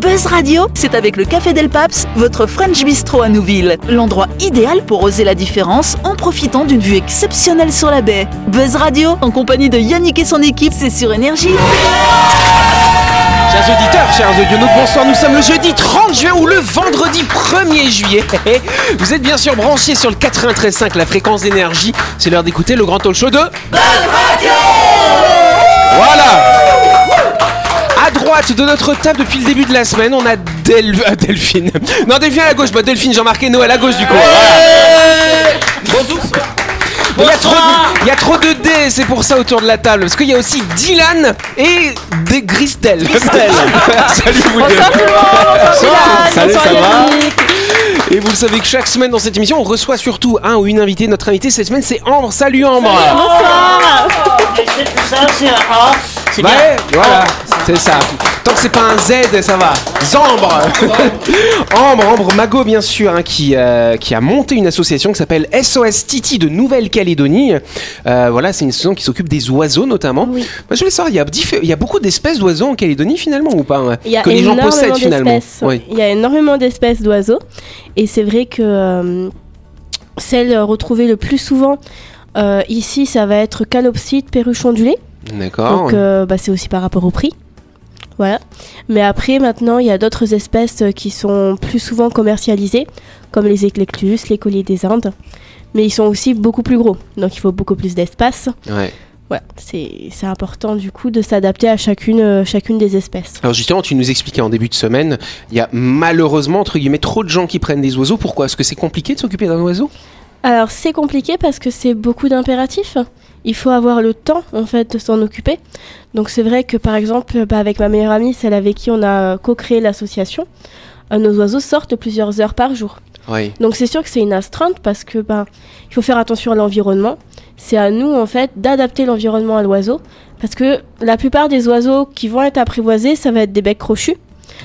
Buzz Radio, c'est avec le Café Del Paps, votre French Bistro à Nouville. L'endroit idéal pour oser la différence en profitant d'une vue exceptionnelle sur la baie. Buzz Radio, en compagnie de Yannick et son équipe, c'est sur Énergie. Chers auditeurs, chers audionautes, bonsoir. Nous sommes le jeudi 30 juin ou le vendredi 1er juillet. Vous êtes bien sûr branchés sur le 93.5, la fréquence d'énergie. C'est l'heure d'écouter le grand talk show de... Voilà à droite de notre table depuis le début de la semaine, on a Del- euh, Delphine. Non, Delphine à la gauche, bah, Delphine, Jean-Marc et Noël à gauche du coup. Bonjour. Il y, a trop de, il y a trop de dés, c'est pour ça autour de la table. Parce qu'il y a aussi Dylan et des Gristel. Salut vous deux. Salut, ça va Et vous le savez que chaque semaine dans cette émission, on reçoit surtout un ou une invitée. Notre invitée cette semaine, c'est Ambre. Salut Ambre. Mais c'est tout ça, c'est un A. C'est Ouais, bien. voilà, c'est ça. Tant que c'est pas un Z, ça va. Zambre Ambre, Ambre Mago, bien sûr, hein, qui, euh, qui a monté une association qui s'appelle SOS Titi de Nouvelle-Calédonie. Euh, voilà, c'est une association qui s'occupe des oiseaux, notamment. Moi, je voulais savoir, il y a, diffé- il y a beaucoup d'espèces d'oiseaux en Calédonie, finalement, ou pas hein, Il y a Que les gens énormément possèdent, finalement. d'espèces. Oui. Il y a énormément d'espèces d'oiseaux. Et c'est vrai que euh, celles euh, retrouvées le plus souvent euh, ici, ça va être calopsite, perruchon du lait. D'accord. Donc euh, bah, c'est aussi par rapport au prix. Voilà. Mais après, maintenant, il y a d'autres espèces euh, qui sont plus souvent commercialisées, comme les éclectus, les colliers des Indes. Mais ils sont aussi beaucoup plus gros. Donc il faut beaucoup plus d'espace. Ouais. Voilà. C'est c'est important, du coup, de s'adapter à chacune, euh, chacune des espèces. Alors justement, tu nous expliquais en début de semaine, il y a malheureusement, entre guillemets, trop de gens qui prennent des oiseaux. Pourquoi Est-ce que c'est compliqué de s'occuper d'un oiseau Alors c'est compliqué parce que c'est beaucoup d'impératifs. Il faut avoir le temps en fait de s'en occuper. Donc c'est vrai que par exemple bah, avec ma meilleure amie, celle avec qui on a euh, co-créé l'association, euh, nos oiseaux sortent plusieurs heures par jour. Oui. Donc c'est sûr que c'est une astreinte parce que ben il faut faire attention à l'environnement. C'est à nous en fait d'adapter l'environnement à l'oiseau parce que la plupart des oiseaux qui vont être apprivoisés, ça va être des becs crochus.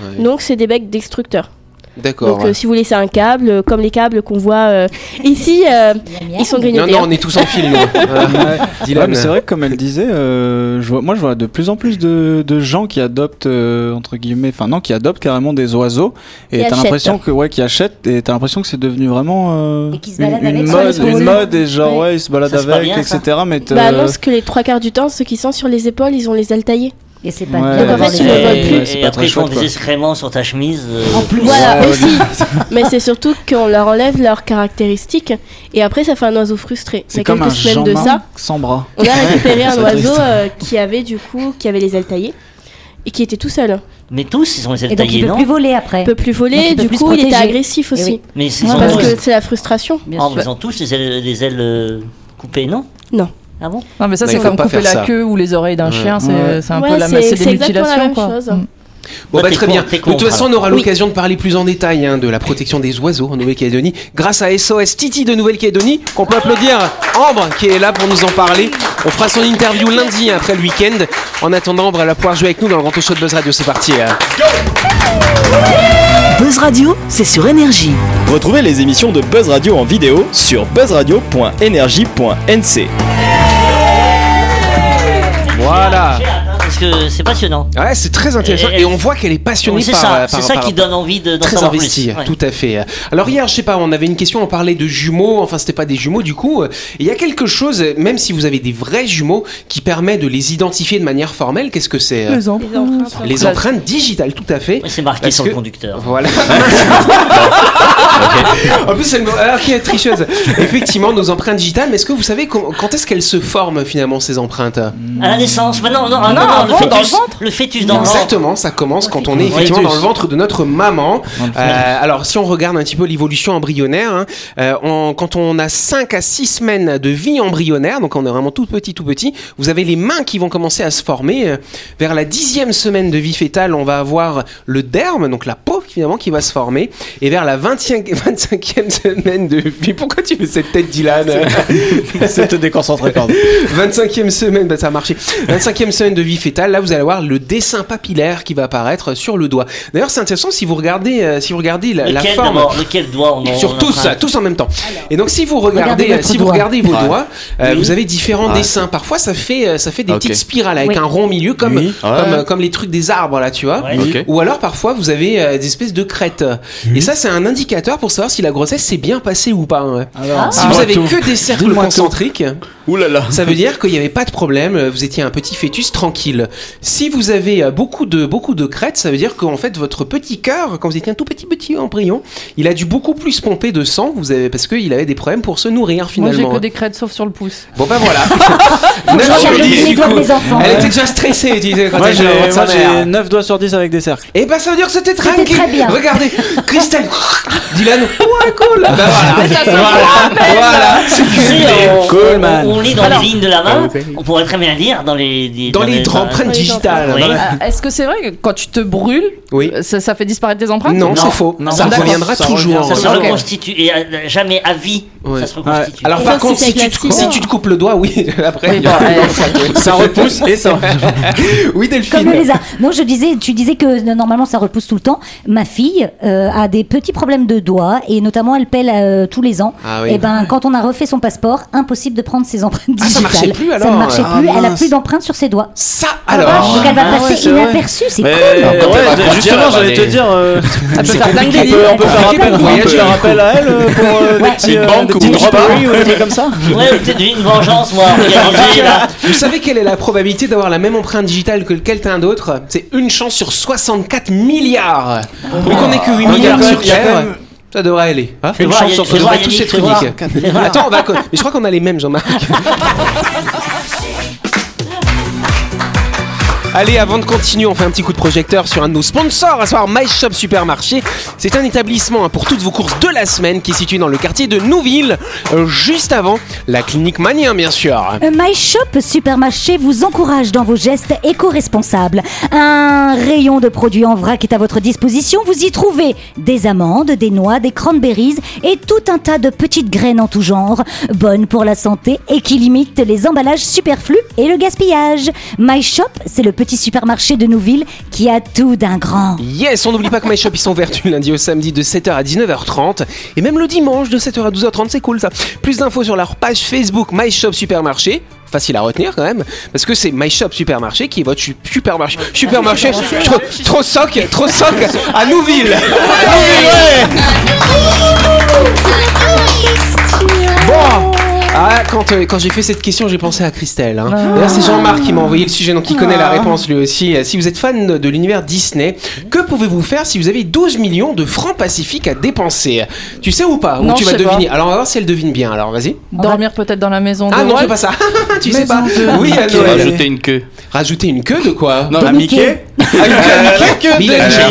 Ouais. Donc c'est des becs destructeurs. D'accord. Donc euh, si vous laissez un câble, euh, comme les câbles qu'on voit euh, ici, euh, ils sont grignotés. Non, non, hein. on est tous en film. Euh, Ouais, mais c'est vrai que comme elle disait, euh, je vois- moi je vois de plus en plus de, de gens qui adoptent euh, entre guillemets, enfin non, qui adoptent carrément des oiseaux et Qui t'as achètent. l'impression que ouais, qui achètent et t'as l'impression que c'est devenu vraiment euh, Et qui se une, baladent une avec, mode, sur les une épaules. mode et genre Ouais. ouais, ils se baladent Ça, c'est pas avec, bien, ça. etc. Mais euh, t'as- Bah annonce que les trois quarts du temps, ceux qui sont sur les épaules, ils ont les ailes taillées. Et c'est pas Ouais. bien. Donc, en fait, Dans ils les- ne le veulent Et, plus. et Ouais, c'est pas après, très ils font chouette, des quoi. excréments sur ta chemise. euh, En plus, Voilà, Ouais, aussi. Mais c'est surtout qu'on leur enlève leurs caractéristiques et après ça fait un oiseau frustré. Il y c'est a comme quelques un semaines de jambin ça, sans bras. on a récupéré un Ça oiseau triste. euh, qui avait du coup, qui avait les ailes taillées et qui était tout seul. Mais tous, ils ont les ailes Et donc, il taillées, peut non plus voler après. Il peut plus Donc, voler, il peut du plus se coup il était protéger. agressif aussi. Eh oui. Mais ils Ouais, ont, Parce tous- que c'est la frustration. Bien Ah, sûr. mais ils ont tous les ailes, les ailes euh, coupées, non Non. Ah bon Non mais ça Non, c'est il faut comme pas couper faire la ça. queue ou les oreilles d'un Ouais. chien, Ouais. c'est c'est un Ouais, peu la même, c'est- c'est c'est des exactement la mutilations même quoi. chose. hein. Mm. Bon, Bah, bah, t'es très con- bien. t'es De con, toute façon, on alors. aura l'occasion de parler plus en détail hein, de la protection des oiseaux en Nouvelle-Calédonie grâce à SOS Titi de Nouvelle-Calédonie qu'on peut applaudir Ambre qui est là pour nous en parler. On fera son interview lundi hein, après le week-end. En attendant, Ambre, elle va pouvoir jouer avec nous dans le grand show de Buzz Radio. C'est parti. hein. Buzz Radio, c'est sur Énergie. Retrouvez les émissions de Buzz Radio en vidéo sur buzzradio.energie.nc. Voilà. J'ai hâte, hein, Parce que c'est passionnant. Ouais, c'est très intéressant. Et- Et on voit qu'elle est passionnée Donc, C'est par, euh, ça, par- c'est ça par- qui donne envie de- d'en Très savoir investi, plus. Ouais. tout à fait. Alors hier, je sais pas, on avait une question, on parlait de jumeaux, enfin c'était pas des jumeaux du coup. Et Il y a quelque chose, même si vous avez des vrais jumeaux, qui permet de les identifier de manière formelle. Qu'est-ce que c'est euh, Les enfants. Les La- empreintes digitales, tout à fait. Ouais, C'est marqué Parce sur que- le conducteur. Voilà. En plus, elle me... ah, ok, tricheuse. Effectivement, nos empreintes digitales. Mais est-ce que vous savez com- quand est-ce qu'elles se forment finalement ces empreintes À la naissance, mais non, non, ah, Non, non, avant, le dans le fœtus, ventre. le fœtus dans le ventre. Exactement, ça commence quand on est effectivement dans le ventre de notre maman. Dans le ventre. Euh, alors, si on regarde un petit peu l'évolution embryonnaire, hein, euh, on- quand on a 5 à 6 semaines de vie embryonnaire, donc on est vraiment tout petit, tout petit, vous avez les mains qui vont commencer à se former. Euh, Vers la dixième semaine de vie fétale, on va avoir le derme, donc la peau finalement, qui va se former. Et vers la 20 25, 25e semaine de vie. Pourquoi tu fais cette tête, Dylan C'est te déconcentrer, pardon. 25e semaine, bah, ça a marché. 25e semaine de vie fétale, là vous allez voir le dessin papillaire qui va apparaître sur le doigt. D'ailleurs, c'est intéressant si vous regardez, euh, si vous regardez la, la Lequel forme. d'abord Lequel doigt on en- on Sur tous, emprunte tous en même temps. Et donc, si vous regardez, Regardez votre si vous doigt. regardez vos Ouais. doigts, euh, Oui. vous avez différents Ouais. dessins. Parfois, ça fait, euh, ça fait des Ok. petites spirales avec Oui. un rond au milieu, comme, Oui. comme, Ouais. euh, comme les trucs des arbres là, tu vois. Ouais. Ok. Ou alors parfois vous avez euh, des espèces de crêtes. Et ça c'est un indicateur pour savoir si la grossesse s'est bien passée ou pas. hein. Alors, Si vous avez que des cercles Dis-moi tout. concentriques, Ouh là là. ça veut dire qu'il n'y avait pas de problème, euh, vous étiez un petit fœtus tranquille. Si vous avez euh, beaucoup de, beaucoup de crêtes, ça veut dire qu'en fait votre petit cœur, quand vous étiez un tout petit petit embryon, il a dû beaucoup plus pomper de sang vous avez, parce qu'il avait des problèmes pour se nourrir Moi, j'ai finalement. hein. que des crêtes sauf sur le pouce. Bon ben voilà. Je Neuf sur regarde dix, les du doigts de coup. mes enfants. Elle était déjà stressée, tu disais, quand Moi elle était dans j'ai sa moi, j'ai mère. 9 doigts sur 10 avec des cercles. Eh ben ça veut dire que c'était tranquille. très bien. Regardez, Christelle, Dylan, ouais cool. Ben voilà, ça se voilà, voilà. Tu sais, on, Coleman. on- on lit dans les lignes de la main, on pourrait très bien lire dans les... des- Dans les dans- empreintes dans- digitales. Oui. dans la- Euh, Est-ce que c'est vrai que quand tu te brûles, Oui. euh, ça, ça fait disparaître tes empreintes Non, Non, c'est faux. non, ça d'accord. reviendra Ça toujours. revient, Ça se Ok. reconstitue, et à- jamais à vie, Ouais. ça se reconstitue. Alors Et par ça, contre, c'est si tu, avec te, la cou- science. si tu te coupes le doigt, oui, après. Oui, il y aura- bon, euh, Ça repousse et ça. Oui, Comme Delphine. le lézard. Non, je disais, tu disais que euh, normalement ça repousse tout le temps. Ma fille euh, a des petits problèmes de doigts et notamment elle pèle euh, tous les ans. Ah oui. Et ben quand on a refait son passeport, impossible de prendre ses empreintes Ah, ça digitales. marchait plus, alors. Ça ne marchait Ah, plus. Elle a mince. plus d'empreintes sur ses doigts. Ça donc alors. elle va Ah ouais, passer c'est vrai. inaperçue. C'est Mais cool. ouais, quand elle va justement, grandir, j'allais elle te va dire. euh, Ça peut faire dingue des on peut- on peut faire Ouais, appel, ouais, on peut faire appel à elle euh, pour euh, des Ouais. petits, Une euh, banque des ou petites une stories ou des trucs comme ça. Ouais, peut-être une vengeance, moi, organisée, là. Vous savez quelle est la probabilité d'avoir la même empreinte digitale que quelqu'un d'autre C'est une chance sur 64 milliards. Vu qu'on est que 8 Ah. milliards Il y a sur quand même- Terre, ça devrait aller. Hein Fais voir, chance il y a- sur fais on voir, devrait il y a tous des- être fais voir. uniques. Attends, on va. co- Mais je crois qu'on a les mêmes, Jean-Marc. Allez, avant de continuer, on fait un petit coup de projecteur sur un de nos sponsors, à savoir My Shop Supermarché. C'est un établissement hein, pour toutes vos courses de la semaine qui est situé dans le quartier de Nouville, euh, juste avant la clinique Mania, bien sûr. Euh, My Shop Supermarché vous encourage dans vos gestes éco-responsables. Un rayon de produits en vrac est à votre disposition. Vous y trouvez des amandes, des noix, des cranberries et tout un tas de petites graines en tout genre, bonnes pour la santé et qui limitent les emballages superflus et le gaspillage. My Shop, c'est le petit supermarché de Nouville qui a tout d'un grand. Yes, on n'oublie pas que My Shop, ils sont ouverts du lundi au samedi de 7h à 19h30 et même le dimanche de 7h à 12h30, c'est cool ça. Plus d'infos sur leur page Facebook My Shop Supermarché. Facile à retenir quand même, parce que c'est My Shop Supermarché qui est votre su- supermarché. Supermarché, trop, trop soc, trop soc à Nouville. À Nouville, ouais. Bon. Ah, quand, euh, quand j'ai fait cette question, j'ai pensé à Christelle. hein. D'ailleurs, c'est Jean-Marc qui m'a envoyé le sujet, donc il connaît la réponse lui aussi. Euh, Si vous êtes fan de- de l'univers Disney, que pouvez-vous faire si vous avez 12 millions de francs pacifiques à dépenser Tu sais ou pas Ou Non, tu je vas sais pas. deviner. Alors, on va voir si elle devine bien. Alors, vas-y. Dormir peut-être dans la maison de Ah non, Noël. c'est pas ça. tu sais Maison pas. de- Oui, à Qui va Noël. ajouter une queue. Rajouter une queue de quoi De Non, la Mickey. Mickey. Ah, une queue, une queue, de une queue,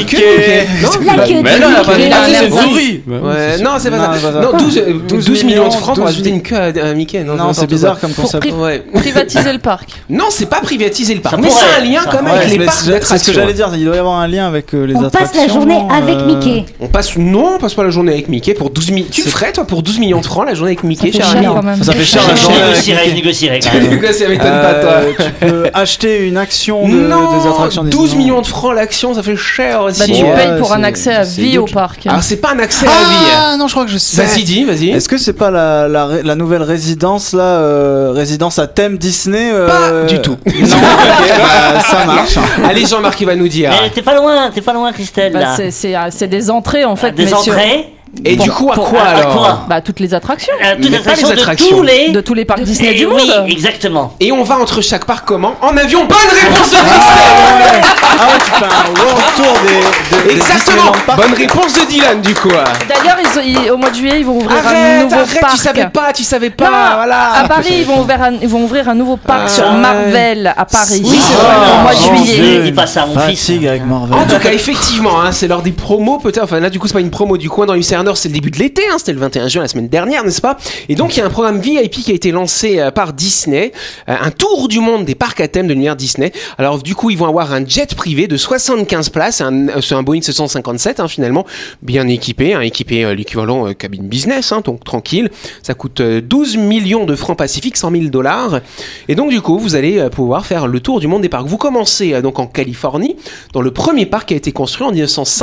une queue, une queue. Non, Oh, La queue Mais de non, la Mickey. Ah, bonne- La c'est une grosse- souris. Ouais, non, c'est Non, pas ça. c'est pas ça. Non, 12, euh, 12 12 millions de millions, francs pour 12 ajouter une queue à, à Mickey. Non, Non, c'est n'importe bizarre quoi. comme Pour concept. pri- Ouais. privatiser le parc. Non, c'est pas privatiser le parc. Ça mais pourrait, c'est un lien ça quand même Ouais, avec les mais parcs c'est c'est ce que d'attractions. j'allais dire, il doit y avoir un lien avec euh, les On attractions. passe la journée avec euh, Mickey. On passe non, on passe pas la journée avec Mickey pour 12 millions. Tu le ferais toi pour 12 millions de francs la journée avec Mickey, C'est cher cher ami quand même. Ça fait cher la Je journée. avec négocierai, je négocierai quand Mickey. même. Lucas, ça m'étonne pas toi. Euh, Tu peux acheter une action de- non, des attractions Disney. 12 millions de francs l'action, ça fait cher aussi. Bah, tu Ouais, payes pour un c'est- accès à c'est vie idiot. au parc. Bah, Alors c'est pas un accès à la vie. hein. Ah non, je crois que je sais. Vas-y, dis, vas-y. Est-ce que c'est pas la, la, ré- la nouvelle résidence là, euh, résidence à thème Disney euh, Pas du tout. Non, ok, bah, ça marche. Allez, Jean-Marc, il va nous dire. Mais t'es pas loin, t'es pas loin, Christelle, Bah, là. c'est- c'est ah, c'est des entrées en fait. mais Des sur- entrées, Et Pour- du coup, à pour- quoi à- à alors quoi Bah toutes les attractions euh, toutes Mais les pas les attractions de attractions. tous les... de tous les parcs Disney Eh du oui, monde. exactement. Et on va entre chaque parc comment En avion. Bonne réponse de Christelle Ah ouais, tu fais un world tour des, des- des Exactement. Disneyland Park. Bonne réponse de Dylan, du coup. D'ailleurs, ils ont- ils- au mois de juillet, ils vont ouvrir un Arrête, nouveau arrête, parc. tu savais pas, tu savais Non, pas. Voilà. À Paris, ils vont ouvrir un, ils vont ouvrir un nouveau parc Ah, sur ouais. Marvel à Paris. Oui, c'est vrai. Au mois de Ah, juillet. Dieu, dis pas ça à mon fils. Fatigue avec Marvel. En tout cas, effectivement, hein, c'est lors des promos, peut-être. Enfin, là, du coup, c'est pas une promo, du coin dans une c'est un d'or, c'est le début de l'été, hein, c'était le 21 juin la semaine dernière, n'est-ce pas Et donc il y a un programme VIP qui a été lancé euh, par Disney, euh, un tour du monde des parcs à thème de l'univers Disney. Alors du coup, ils vont avoir un jet privé de 75 places, un, euh, c'est un Boeing 757 hein, finalement, bien équipé, hein, équipé euh, l'équivalent euh, cabine business, hein, donc tranquille. Ça coûte euh, 12 millions de francs pacifiques, 100 000 dollars. Et donc du coup, vous allez euh, pouvoir faire le tour du monde des parcs. Vous commencez euh, donc en Californie, dans le premier parc qui a été construit en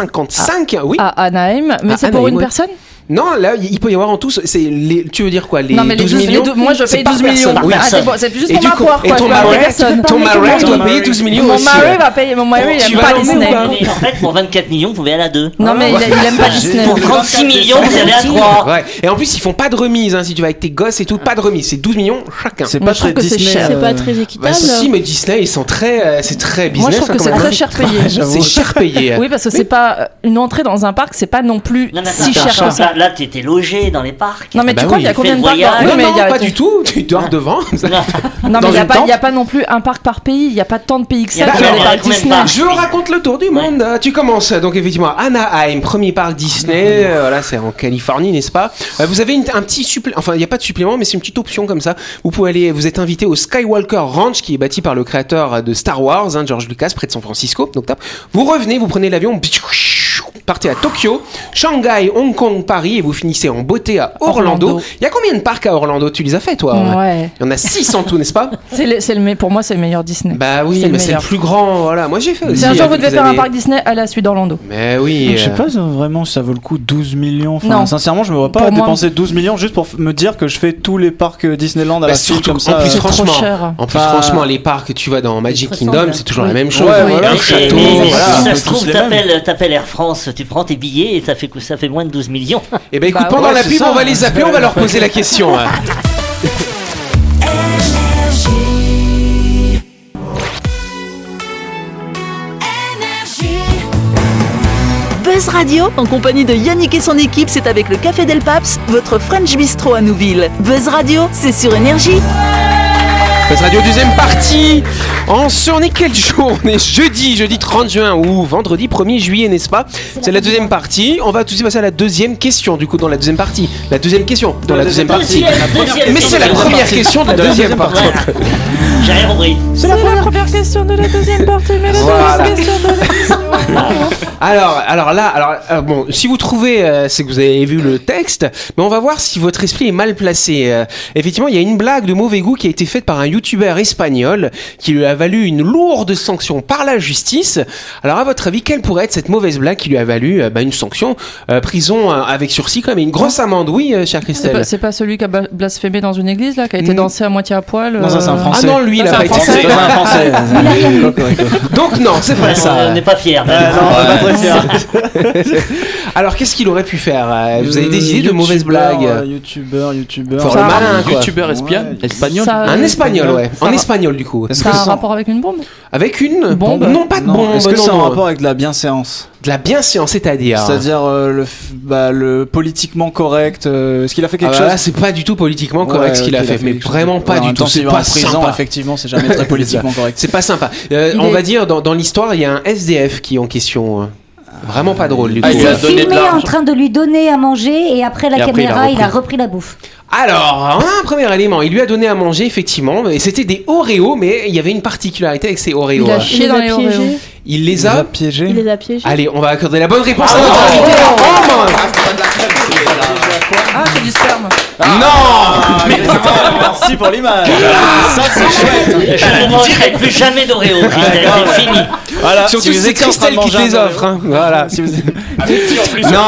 1955. oui. à Anaheim, mais À c'est pour Anaheim, une ouais. personne Non, là, il peut y avoir en tout. C'est les, tu veux dire quoi les Non, mais les 12 12 millions. les deux- moi je c'est paye par 12 millions. personne. par Oui, personne. ça. Ah, c'est bon, c'est juste Et pour du ma coup, poire, et quoi. ton tu vois, mari, personne. ton mari doit payer 12 millions Mon aussi. euh. mari va payer, mon mari Tu il aime vas pas l'emmener ou Disney. pas Mais en fait, pour 24 millions, vous pouvez aller à deux. Non, mais il, il aime pas Disney. Pour 36 millions, vous allez à trois. Ouais. Et en plus, ils font pas de remise hein, si tu vas avec tes gosses et tout. Pas de remise. C'est 12 millions chacun. C'est Moi, pas je trouve très que c'est Disney. cher. C'est euh, pas très Bah, équitable. si, mais Disney, ils sont très, euh, c'est très business. Moi je trouve hein, que comme c'est on très dit. cher C'est payé. cher payé. Oui, parce que c'est pas euh, une entrée dans un parc, c'est pas non plus Non, mais attends, si cher attends, que ça. Là, là, t'étais logé dans les parcs. Non, mais Bah tu crois oui. qu'il y a Tu fais combien le de parcs dans- voyage. Non, Oui, ah, mais il y non, a- pas du tout. Tu dors devant. Non, mais Dans il n'y a, une pas- il y a tente. pas non plus un parc par pays. Il n'y a pas tant de pays que Il y ça a dans les combien- parcs combien de Disney. parcs Je raconte le tour du monde. Euh, Tu commences euh, donc effectivement à Anaheim, premier parc Disney. Euh, Voilà, c'est en Californie, n'est-ce pas Euh, Vous avez une- un petit supplément. Enfin, il n'y a pas de supplément, mais c'est une petite option comme ça. Vous pouvez aller. Vous êtes invité au Skywalker Ranch, qui est bâti par le créateur de Star Wars, hein, George Lucas, près de San Francisco. Donc, tap. vous revenez, vous prenez l'avion. Partez à Tokyo, Shanghai, Hong Kong, Paris et vous finissez en beauté à Orlando. Orlando. Il y a combien de parcs à Orlando Tu les as fait toi Ouais. Il y en a 6 en tout, n'est-ce pas C'est le, c'est le, me- pour moi, c'est le meilleur Disney. Bah oui, C'est le mais c'est le meilleur. plus grand. Voilà, moi j'ai fait aussi. Si un hein, jour vous quelques devez faire un années. parc Disney, à la suite d'Orlando. Mais oui. Je sais euh, pas euh, vraiment si ça vaut le coup 12 millions. Enfin, Non. Sincèrement, je me vois pas Pour moi- dépenser 12 millions juste pour f- me dire que je fais tous les parcs euh, Disneyland à bah, la suite surtout comme en ça. plus euh, c'est trop franchement, cher. en plus Bah, franchement les parcs que tu vas dans Magic se Kingdom ressemblent, c'est toujours la oui. même chose. hein. Ouais, voilà. Un Mais- château, mais- mais voilà. si un ça peu se tous trouve, les mêmes. t'appelles t'appelles Air France, tu prends tes billets et ça fait, que- ça fait moins de 12 millions. Et ben écoute Bah, pendant ouais, la c'est pub ça. on va les appeler, on va leur poser la question. hein. Buzz Radio, en compagnie de Yannick et son équipe, c'est avec le Café Del Paps, votre French Bistro à Nouville. Buzz Radio, c'est sur Énergie. Buzz Radio deuxième partie. En ce- on est quel jour On est jeudi, jeudi 30 juin ou vendredi 1er juillet, n'est-ce pas C'est la deuxième partie. On va tout de suite passer à la deuxième question du coup dans la deuxième partie. La deuxième question dans la deuxième partie. Deuxième, Mais c'est la deuxième. première question de la deuxième partie. Voilà. J'ai rien compris. C'est la première question de la deuxième partie, mais la Voilà. deuxième question de Alors, alors là, alors, alors bon, si vous trouvez, euh, c'est que vous avez vu le texte, mais on va voir si votre esprit est mal placé. Euh, effectivement, il y a une blague de mauvais goût qui a été faite par un youtubeur espagnol qui lui a valu une lourde sanction par la justice. Alors, à votre avis, quelle pourrait être cette mauvaise blague qui lui a valu euh, bah, une sanction, euh, prison euh, avec sursis quand même, et une grosse amende, oui, euh, chère Ah, bah, C'est pas, Christelle c'est pas celui qui a ba- blasphémé dans une église, là, qui a été Mm. dansé à moitié à poil. Non, ça, c'est un euh, Français. Ah non, lui, il a Ça, pas c'est un Français. été. Dans un français. Donc non, c'est pas Ouais, on- ça. On n'est pas fiers. Euh, non, pas très fier. Alors, qu'est-ce qu'il aurait pu faire euh, Vous avez des Euh, idées de mauvaises youtubeur, blagues euh, Youtubeur, youtubeur. Faut le Ça- malin, quoi. Youtubeur espion, Ouais. espagnol. euh, Ça- Un espagnol, ouais. Ça En va. espagnol, du coup. Est-ce Ça que a un c'est- rapport avec une bombe Avec une Bombe Non, pas de Non. bombe. Est-ce que non, c'est en non. rapport avec de la bienséance De la bienséance, c'est-à-dire C'est-à-dire euh, le, f- bah, le politiquement correct euh, Est-ce qu'il a fait Ah quelque bah chose Là, c'est pas du tout politiquement correct Ouais, ce qu'il ok, a fait, mais quelque chose. vraiment pas Ouais, en du même tout. temps, C'est s'il va pas en prison, sympa. effectivement, c'est jamais très politiquement correct. C'est pas sympa. Euh, Il on est- va dire, dans, dans l'histoire, il y a un SDF qui est en question. euh, Vraiment pas drôle, du Ah, coup. il lui a C'est Euh, donné de filmé en l'argent. train de lui donner à manger et après la Et après, il a caméra, il a repris la bouffe. Alors, hein, un premier élément, il lui a donné à manger, effectivement, et c'était des Oreos, mais il y avait une particularité avec ces Oreos. Il a hein. chié dans les Oreos. piégés. Il les Il a a... piégé. Il les a piégés. Allez, on va accorder la bonne réponse à notre invité. Oh, mince. Ah, c'est du sperme. Non Mais merci pour l'image. Ça c'est chouette. Je ne mangerai plus jamais d'Oreo. C'est fini. Voilà. Surtout si c'est Christelle qui te les offre. hein. Voilà. Si vous êtes- Non,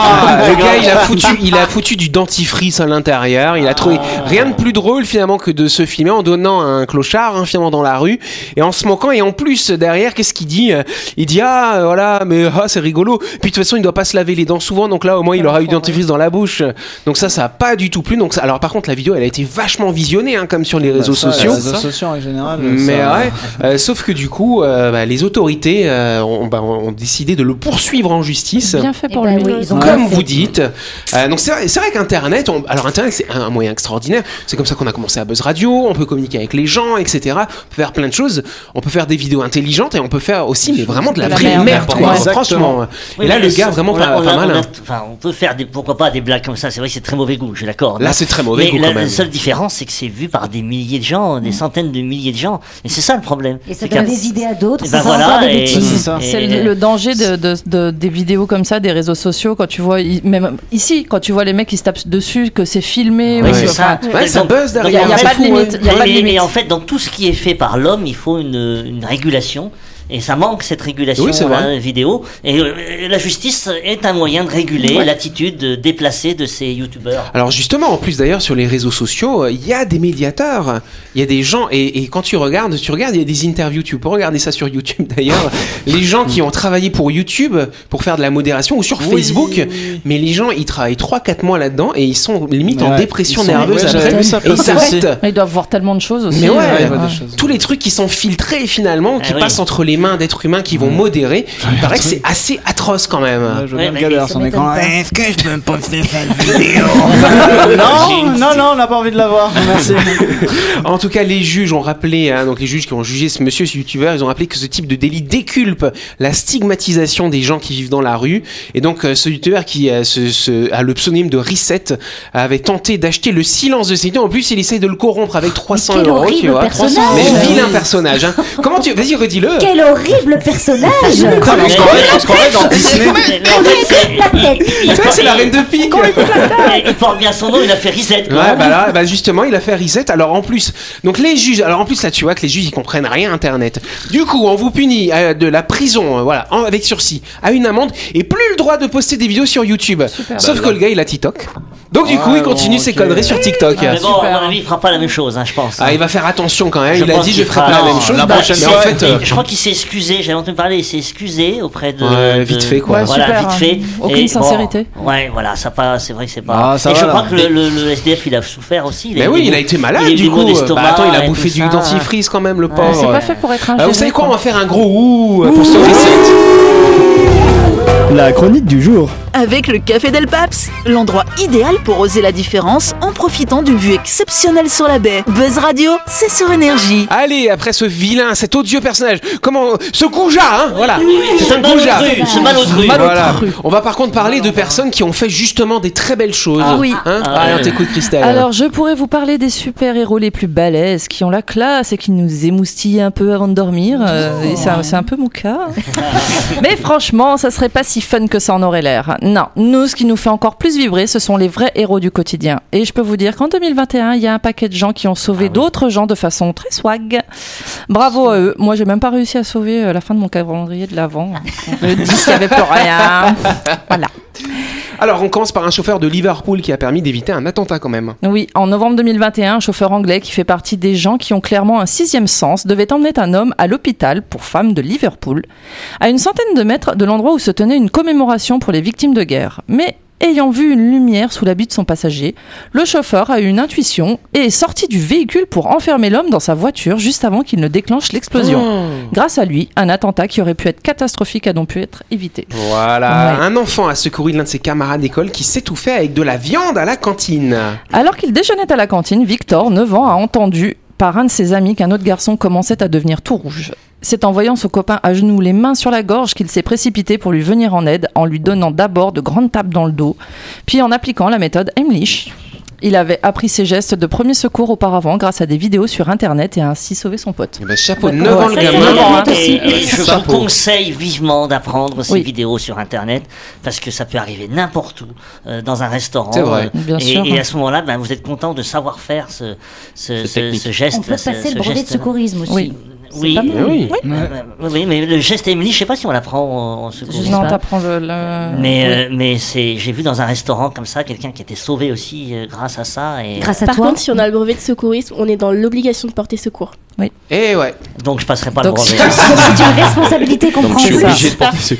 le gars, il a foutu, il a foutu du dentifrice à l'intérieur. Il a trouvé rien de plus drôle finalement que de se filmer en donnant à un clochard hein, finalement dans la rue et en se moquant. Et en plus derrière, qu'est-ce qu'il dit Euh, Il dit ah euh, voilà, mais ah, c'est rigolo. Puis de toute façon, il doit pas se laver les dents souvent, donc là au moins il aura eu du dentifrice dans la bouche. Donc ça, ça a pas du tout plu. Donc ça. Alors par contre, la vidéo, elle a été vachement visionnée, hein, comme sur les réseaux Bah, Ça, sociaux. Les réseaux sociaux en général. Mais ça- ouais, euh, sauf que du coup, euh, bah, les autorités euh, ont, bah, ont décidé de le poursuivre en justice. Bien fait Eh pour ben lui. oui, ils ont Comme bien fait. vous dites. Euh, donc c'est vrai, c'est vrai qu'Internet, on- alors Internet c'est un, un moyen extraordinaire. C'est comme ça qu'on a commencé à Buzz Radio. On peut communiquer avec les gens, etc. On peut faire plein de choses. On peut faire des vidéos intelligentes et on peut faire aussi, mais vraiment de la De la vraie merde. merde. quoi. Exactement. Franchement. Oui, et là, mais le c'est- gars vraiment on pas, a- on pas a- mal. on a- hein. Enfin, on peut faire des, pourquoi pas des blagues comme ça. C'est vrai que c'est très mauvais goût, je suis d'accord. Là, c'est très mauvais mais goût, la quand même. Mm. seule différence, c'est que c'est vu par des milliers de gens, des centaines de milliers de gens. Et c'est ça le problème. Et ça C'est qu'à- donne des idées à d'autres, Et ben ça voilà, envoie des et- bêtises. ça. et- C'est le, le danger de, de- de- des vidéos comme ça, des réseaux sociaux, quand tu vois, i- même ici, quand tu vois les mecs qui se tapent dessus, que c'est filmé. Eh Oui, Ouais. ou- c'est enfin, ça. Ouais, ça Donc- buzz donc, derrière. en Y a fait, pas de limite, ouais. y a Mais- pas de mais- Mais limite. en fait, dans tout ce qui est fait par l'homme, il faut une, une régulation. Et ça manque cette régulation Oui, c'est dans la vrai. hein, vidéo. Et euh, la justice est un moyen de réguler l'attitude euh, déplacée de ces youtubeurs. Alors justement, en plus d'ailleurs sur les réseaux sociaux, euh, il y a des médiateurs, il y a des gens, et, et quand tu regardes, tu regardes, il y a des interviews, tu peux regarder ça sur YouTube d'ailleurs, les gens qui ont travaillé pour YouTube, pour faire de la modération, ou sur Facebook, mais les gens, ils travaillent 3-4 mois là-dedans, et ils sont limite en Ouais, dépression ils sont- nerveuse ouais, j'avais après, vu ça et ils passer aussi. s'arrêtent. Ils doivent voir tellement de choses aussi. Mais ouais, Ouais, euh, il y a ouais. des choses. Tous les trucs qui sont filtrés finalement, qui Ah oui. passent entre les mains d'êtres humains qui vont modérer, il paraît que c'est assez atroce quand Ouais, même. je vois bien Ouais, le gars mais derrière ça son écran. m'étonne pas. Eh, Euh, Non, non, non, on n'a pas envie de l'avoir. Merci. En tout cas, les juges ont rappelé, hein, donc les juges qui ont jugé ce monsieur, ce youtubeur, ils ont rappelé que ce type de délit déculpe la stigmatisation des gens qui vivent dans la rue. Et donc, euh, ce youtubeur qui euh, se- se- a le pseudonyme de Reset avait tenté d'acheter le silence de ces deux. En plus, il essaye de le corrompre avec 300 quel euros, tu horrible vois. personnage. Mais Oui. vilain personnage. hein. Comment tu. Vas-y, redis-le. Quel horrible personnage Comment- On se croirait- on se croirait dans Disney. Mais en fait, c'est- La tête il- il- C'est vrai que c'est la reine de pique. il- il porte bien son nom, il a fait reset. quoi. Ouais, bah là, bah justement, il a fait reset. Alors en plus, donc les juges, alors en plus là, tu vois que les juges ils comprennent rien à Internet. Du coup, on vous punit euh, de la prison, euh, voilà, en- avec sursis, à une amende et plus le droit de poster des vidéos sur YouTube. Sauf Bah, que le gars, il a TikTok. Donc du coup, Ouais, il continue bon, ses ok. conneries sur TikTok. Ah, Mais bon, à super. mon avis, il fera pas la même chose, hein, je pense. Ah, il va faire attention quand même. Je il a pense dit, je qu'il ferai fera- pas la non, même chose. la Bah, prochaine mais en fois, fait, euh, Et je crois qu'il s'est excusé, j'avais entendu parler, il s'est excusé auprès de. Ouais, de- vite fait, quoi. Ouais, voilà, super, vite hein. fait. Aucune Et bon, sincérité. ouais, voilà, ça pas, c'est vrai que c'est pas. Ah, ça et je va, crois là. que le, le- le SDF, il a souffert aussi. Il mais eu oui, des il a maux- été il a malade eu du des maux coup. d'estomac Bah, attends, il a et bouffé tout du ça. dentifrice quand même, le pauvre. C'est pas fait pour être un Ah, vous gêné, savez quoi, on quoi. va faire un gros ouh euh, pour ce reset. La chronique du jour. Avec le Café Del Paps, l'endroit idéal pour oser la différence en profitant d'une vue exceptionnelle sur la baie. Buzz Radio, c'est sur énergie. Allez, après ce vilain, cet odieux personnage, comment ce goujat, hein, voilà, Ce ce goujat. malotru, ce malotru. Voilà. On va par contre parler de personnes qui ont fait justement des très belles choses. Ah oui. Hein Ah. Allez, on t'écoute, Christelle. Alors, je pourrais vous parler des super-héros les plus balèzes, qui ont la classe et qui nous émoustillent un peu avant de dormir. euh, et c'est un- c'est un peu mon cas. Mais franchement, ça serait pas si fun que ça en aurait l'air. Non, nous, ce qui nous fait encore plus vibrer, ce sont les vrais héros du quotidien. Et je peux vous dire qu'en 2021, il y a un paquet de gens qui ont sauvé d'autres gens de façon très swag. Bravo à eux. Moi, j'ai même pas réussi à sauver euh, la fin de mon calendrier de l'avant. Le 10, il y avait plus rien. Voilà. Alors, on commence par un chauffeur de Liverpool qui a permis d'éviter un attentat quand même. Oui, en novembre 2021, un chauffeur anglais qui fait partie des gens qui ont clairement un sixième sens devait emmener un homme à l'hôpital pour femmes de Liverpool, à une centaine de mètres de l'endroit où se tenait une commémoration pour les victimes de guerre. Mais ayant vu une lumière sous l'habit de son passager, le chauffeur a eu une intuition et est sorti du véhicule pour enfermer l'homme dans sa voiture juste avant qu'il ne déclenche l'explosion. Oh. Grâce à lui, un attentat qui aurait pu être catastrophique a donc pu être évité. Voilà. Ouais. Un enfant a secouru l'un de ses camarades d'école qui s'étouffait avec de la viande à la cantine. Alors qu'il déjeunait à la cantine, Victor, 9 ans, a entendu par un de ses amis qu'un autre garçon commençait à devenir tout rouge. C'est en voyant son copain à genoux, les mains sur la gorge, qu'il s'est précipité pour lui venir en aide en lui donnant d'abord de grandes tapes dans le dos, puis en appliquant la méthode Heimlich. Il avait appris ses gestes de premier secours auparavant grâce à des vidéos sur internet et a ainsi sauvé son pote. Eh ben, chapeau, 9 ans le Ça, c'est gamin. vraiment- Et, hein. et je vous Chapeau. conseille vivement d'apprendre ces Oui. vidéos sur internet parce que ça peut arriver n'importe où, euh, dans un restaurant. C'est vrai. euh, Bien et, sûr. hein. et à ce moment-là, ben, vous êtes content de savoir faire ce, ce, ce, ce geste. On peut ce- passer ce le brevet de geste-là. secourisme aussi. Oui. C'est Oui. pas mal. Eh oui. Euh, oui, mais le geste Emily, je sais pas si on l'apprend en, en secours. Non, t'apprends le. le- Mais, Oui. euh, mais c'est, j'ai vu dans un restaurant comme ça quelqu'un qui était sauvé aussi euh, grâce à ça. Et... Grâce à Par toi. contre, si on a le brevet de secourisme, on est dans l'obligation de porter secours. Et Eh ouais. Donc je passerai pas Donc, le brevet. C'est une responsabilité qu'on Donc prend. je suis ça. obligé de porter ce-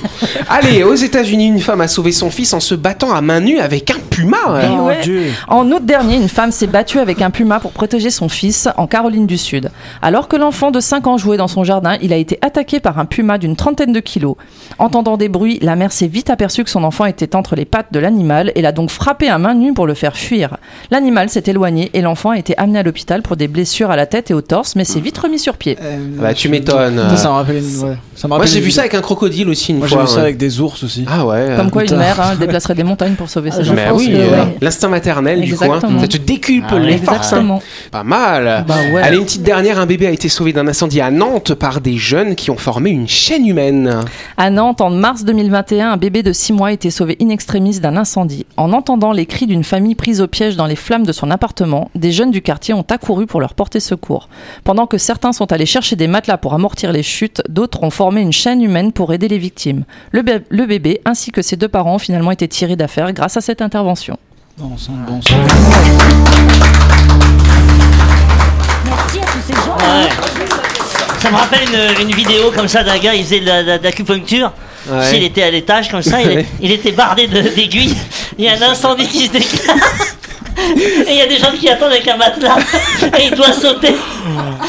Allez, aux États-Unis, une femme a sauvé son fils en se battant à main nue avec un puma. Eh ouais. En août dernier, une femme s'est battue avec un puma pour protéger son fils en Caroline du Sud. Alors que l'enfant de 5 ans jouait dans son jardin, il a été attaqué par un puma d'une trentaine de kilos. Entendant des bruits, la mère s'est vite aperçue que son enfant était entre les pattes de l'animal et l'a donc frappé à main nue pour le faire fuir. L'animal s'est éloigné et l'enfant a été amené à l'hôpital pour des blessures à la tête et au torse, mais s'est vite remis sur pied. Bah, tu m'étonnes. Ça, ça me rappelle une- ouais. Ça me Moi rappelle j'ai une vu ça vidéo. avec un crocodile aussi une Moi, j'ai fois. vu ça ouais. avec des ours aussi. Ah ouais. Comme quoi, putain. une mère hein, déplacerait des montagnes pour sauver ses Ah, je enfants. Mais oui, que, euh, ouais. l'instinct maternel du coup, hein. Exactement. ça te décuple Ah ouais, les forces. hein. Exactement. Pas mal. Bah ouais. Allez, une petite dernière, un bébé a été sauvé d'un incendie à Nantes par des jeunes qui ont formé une chaîne humaine. À Nantes, en mars 2021, un bébé de 6 mois a été sauvé in extremis d'un incendie. En entendant les cris d'une famille prise au piège dans les flammes de son appartement, des jeunes du quartier ont accouru pour leur porter secours. Pendant que certains sont allés chercher des matelas pour amortir les chutes, d'autres ont formé une chaîne humaine pour aider les victimes. Le, bé- le bébé ainsi que ses deux parents ont finalement été tirés d'affaire grâce à cette intervention. Bon sang, bon sang. Merci à tous ces gens. Ouais. Ça me rappelle une, une vidéo comme ça d'un gars, il faisait de la- de la- de l'acupuncture. Ouais. S'il était à l'étage comme ça, il, Ouais. il était bardé de- d'aiguilles. Il y a un incendie qui se déclare. Et il y a des gens qui attendent avec un matelas. Et il doit sauter.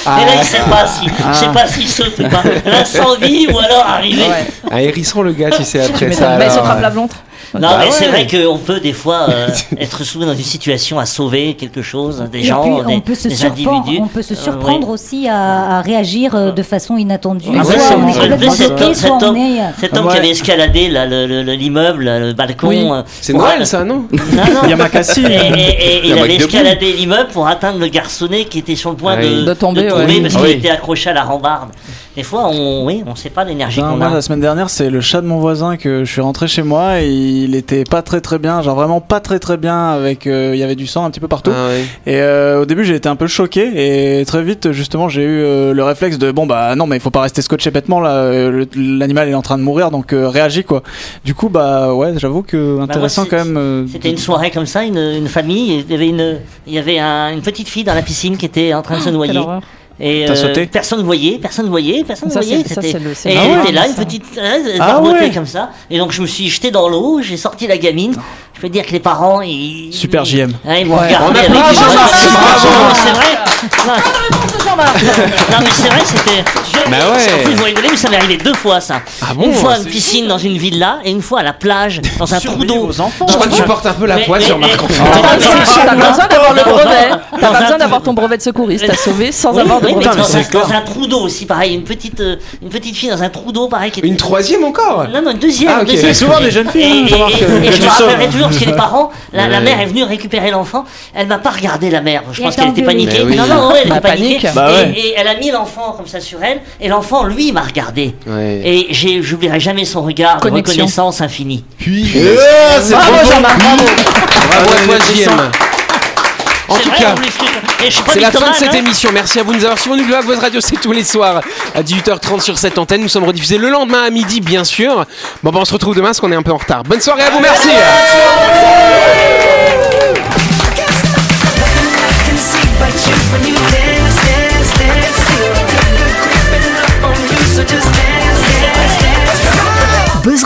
Ah Et là, il sait pas si, je sais pas s'il saute ou pas. L'incendie ou alors arriver. Un hérisson Ah, le gars, tu sais après ça. Mais Bah, il se alors. frappe la ventre. Non, Bah mais c'est ouais. vrai qu'on peut des fois euh, être souvent dans une situation à sauver quelque chose, hein, des Et gens, puis, on des, peut se des surprendre, individus. on peut se Euh, oui. surprendre aussi à, à réagir euh, de façon inattendue. Ah ouais, soit c'est on vrai. est complètement Cet homme- bloqué, cet soit on homme- est. Cet homme Ouais. qui avait escaladé là, le- le- le- l'immeuble, là, le balcon. Ah Oui. euh, C'est pour Noël aller- ça, non Non, non. Yamakasi. Et, et- et y a il Mike avait Debout. escaladé l'immeuble pour atteindre le garçonnet qui était sur le point Ah de, oui. De tomber, ouais. parce Ah qu'il oui. était accroché à la rambarde. Des fois, on oui, on sait pas l'énergie Putain, qu'on moi, a. la semaine dernière, c'est le chat de mon voisin que je suis rentré chez moi et il était pas très très bien, genre vraiment pas très très bien avec euh, il y avait du sang un petit peu partout. Ah ouais. Et euh, au début, j'ai été un peu choqué et très vite justement, j'ai eu euh, le réflexe de bon bah non mais il faut pas rester scotché bêtement là euh, le- l'animal est en train de mourir donc euh, réagis quoi. Du coup bah ouais, j'avoue que intéressant c'est- quand même. euh, C'était une soirée comme ça, une, une famille. Il y avait, une, il y avait un- une petite fille dans la piscine qui était en train Ah, de se noyer. Et euh, T'as sauté personne ne voyait, personne ne voyait, personne ne Ça, voyait. c'est- ça, c'était- c'est le- c'est et marrant, elle était là, ça. une petite euh, Ah barbotée ouais. comme ça. Et donc je me suis jeté dans l'eau, j'ai sorti la gamine. Je peux dire que les parents, ils. Super JM. Ouais, ils m'ont Ouais. regardé avec applaudit des yeux- Jean-Marc, Non, bravo. non, C'est vrai. Non, mais c'est vrai, c'était. Je... Bah ouais. En plus, vous rigolez, mais ça m'est arrivé deux fois ça. Ah bon, une fois à c'est- une piscine dans une villa et une fois à la plage, dans un trou d'eau. Je crois que tu portes un peu la Mais- poisse, mais- Jean-Marc. mais- en fait. T'as pas besoin d'avoir le Dans un- brevet. dans T'as un pas besoin trou- d'avoir ton brevet de secouriste. T'as sauvé sans Oui, avoir de oui, mais brevet. de dans, secouriste. un, dans un trou d'eau aussi, pareil, une petite, euh, une petite fille dans un trou d'eau, pareil. Qui était- Une troisième encore Non, non, une deuxième. Ah, ok. deuxième. C'est souvent des jeunes Et, filles, hein, et- Jean-Marc, et- euh, et que je tu me sauves. rappellerai toujours, parce que les parents, la, la Ouais. mère est venue récupérer l'enfant, elle m'a pas regardé la mère, je Et pense elle qu'elle était t'a engueulé. paniquée. Mais oui. Non, non, ouais, elle Bah, était paniquée. panique. Et- Bah ouais. Et, elle a mis l'enfant comme ça sur elle, et l'enfant, lui, m'a regardé. Ouais. Et j'ai- j'oublierai jamais son regard de Connexion. reconnaissance infinie. Ah, c'est trop bon. Bravo à toi, JM. En C'est tout vrai, hein. cas, on me l'explique. Et je suis pas C'est la fin de mythomane, cette hein. émission. Merci à vous de nous avoir suivis. On est là, Buzz Radio, c'est tous les soirs à 18h30 sur cette antenne. Nous sommes rediffusés le lendemain à midi, bien sûr. Bon, bah, on se retrouve demain parce qu'on est un peu en retard. Bonne soirée à vous, merci. Buzz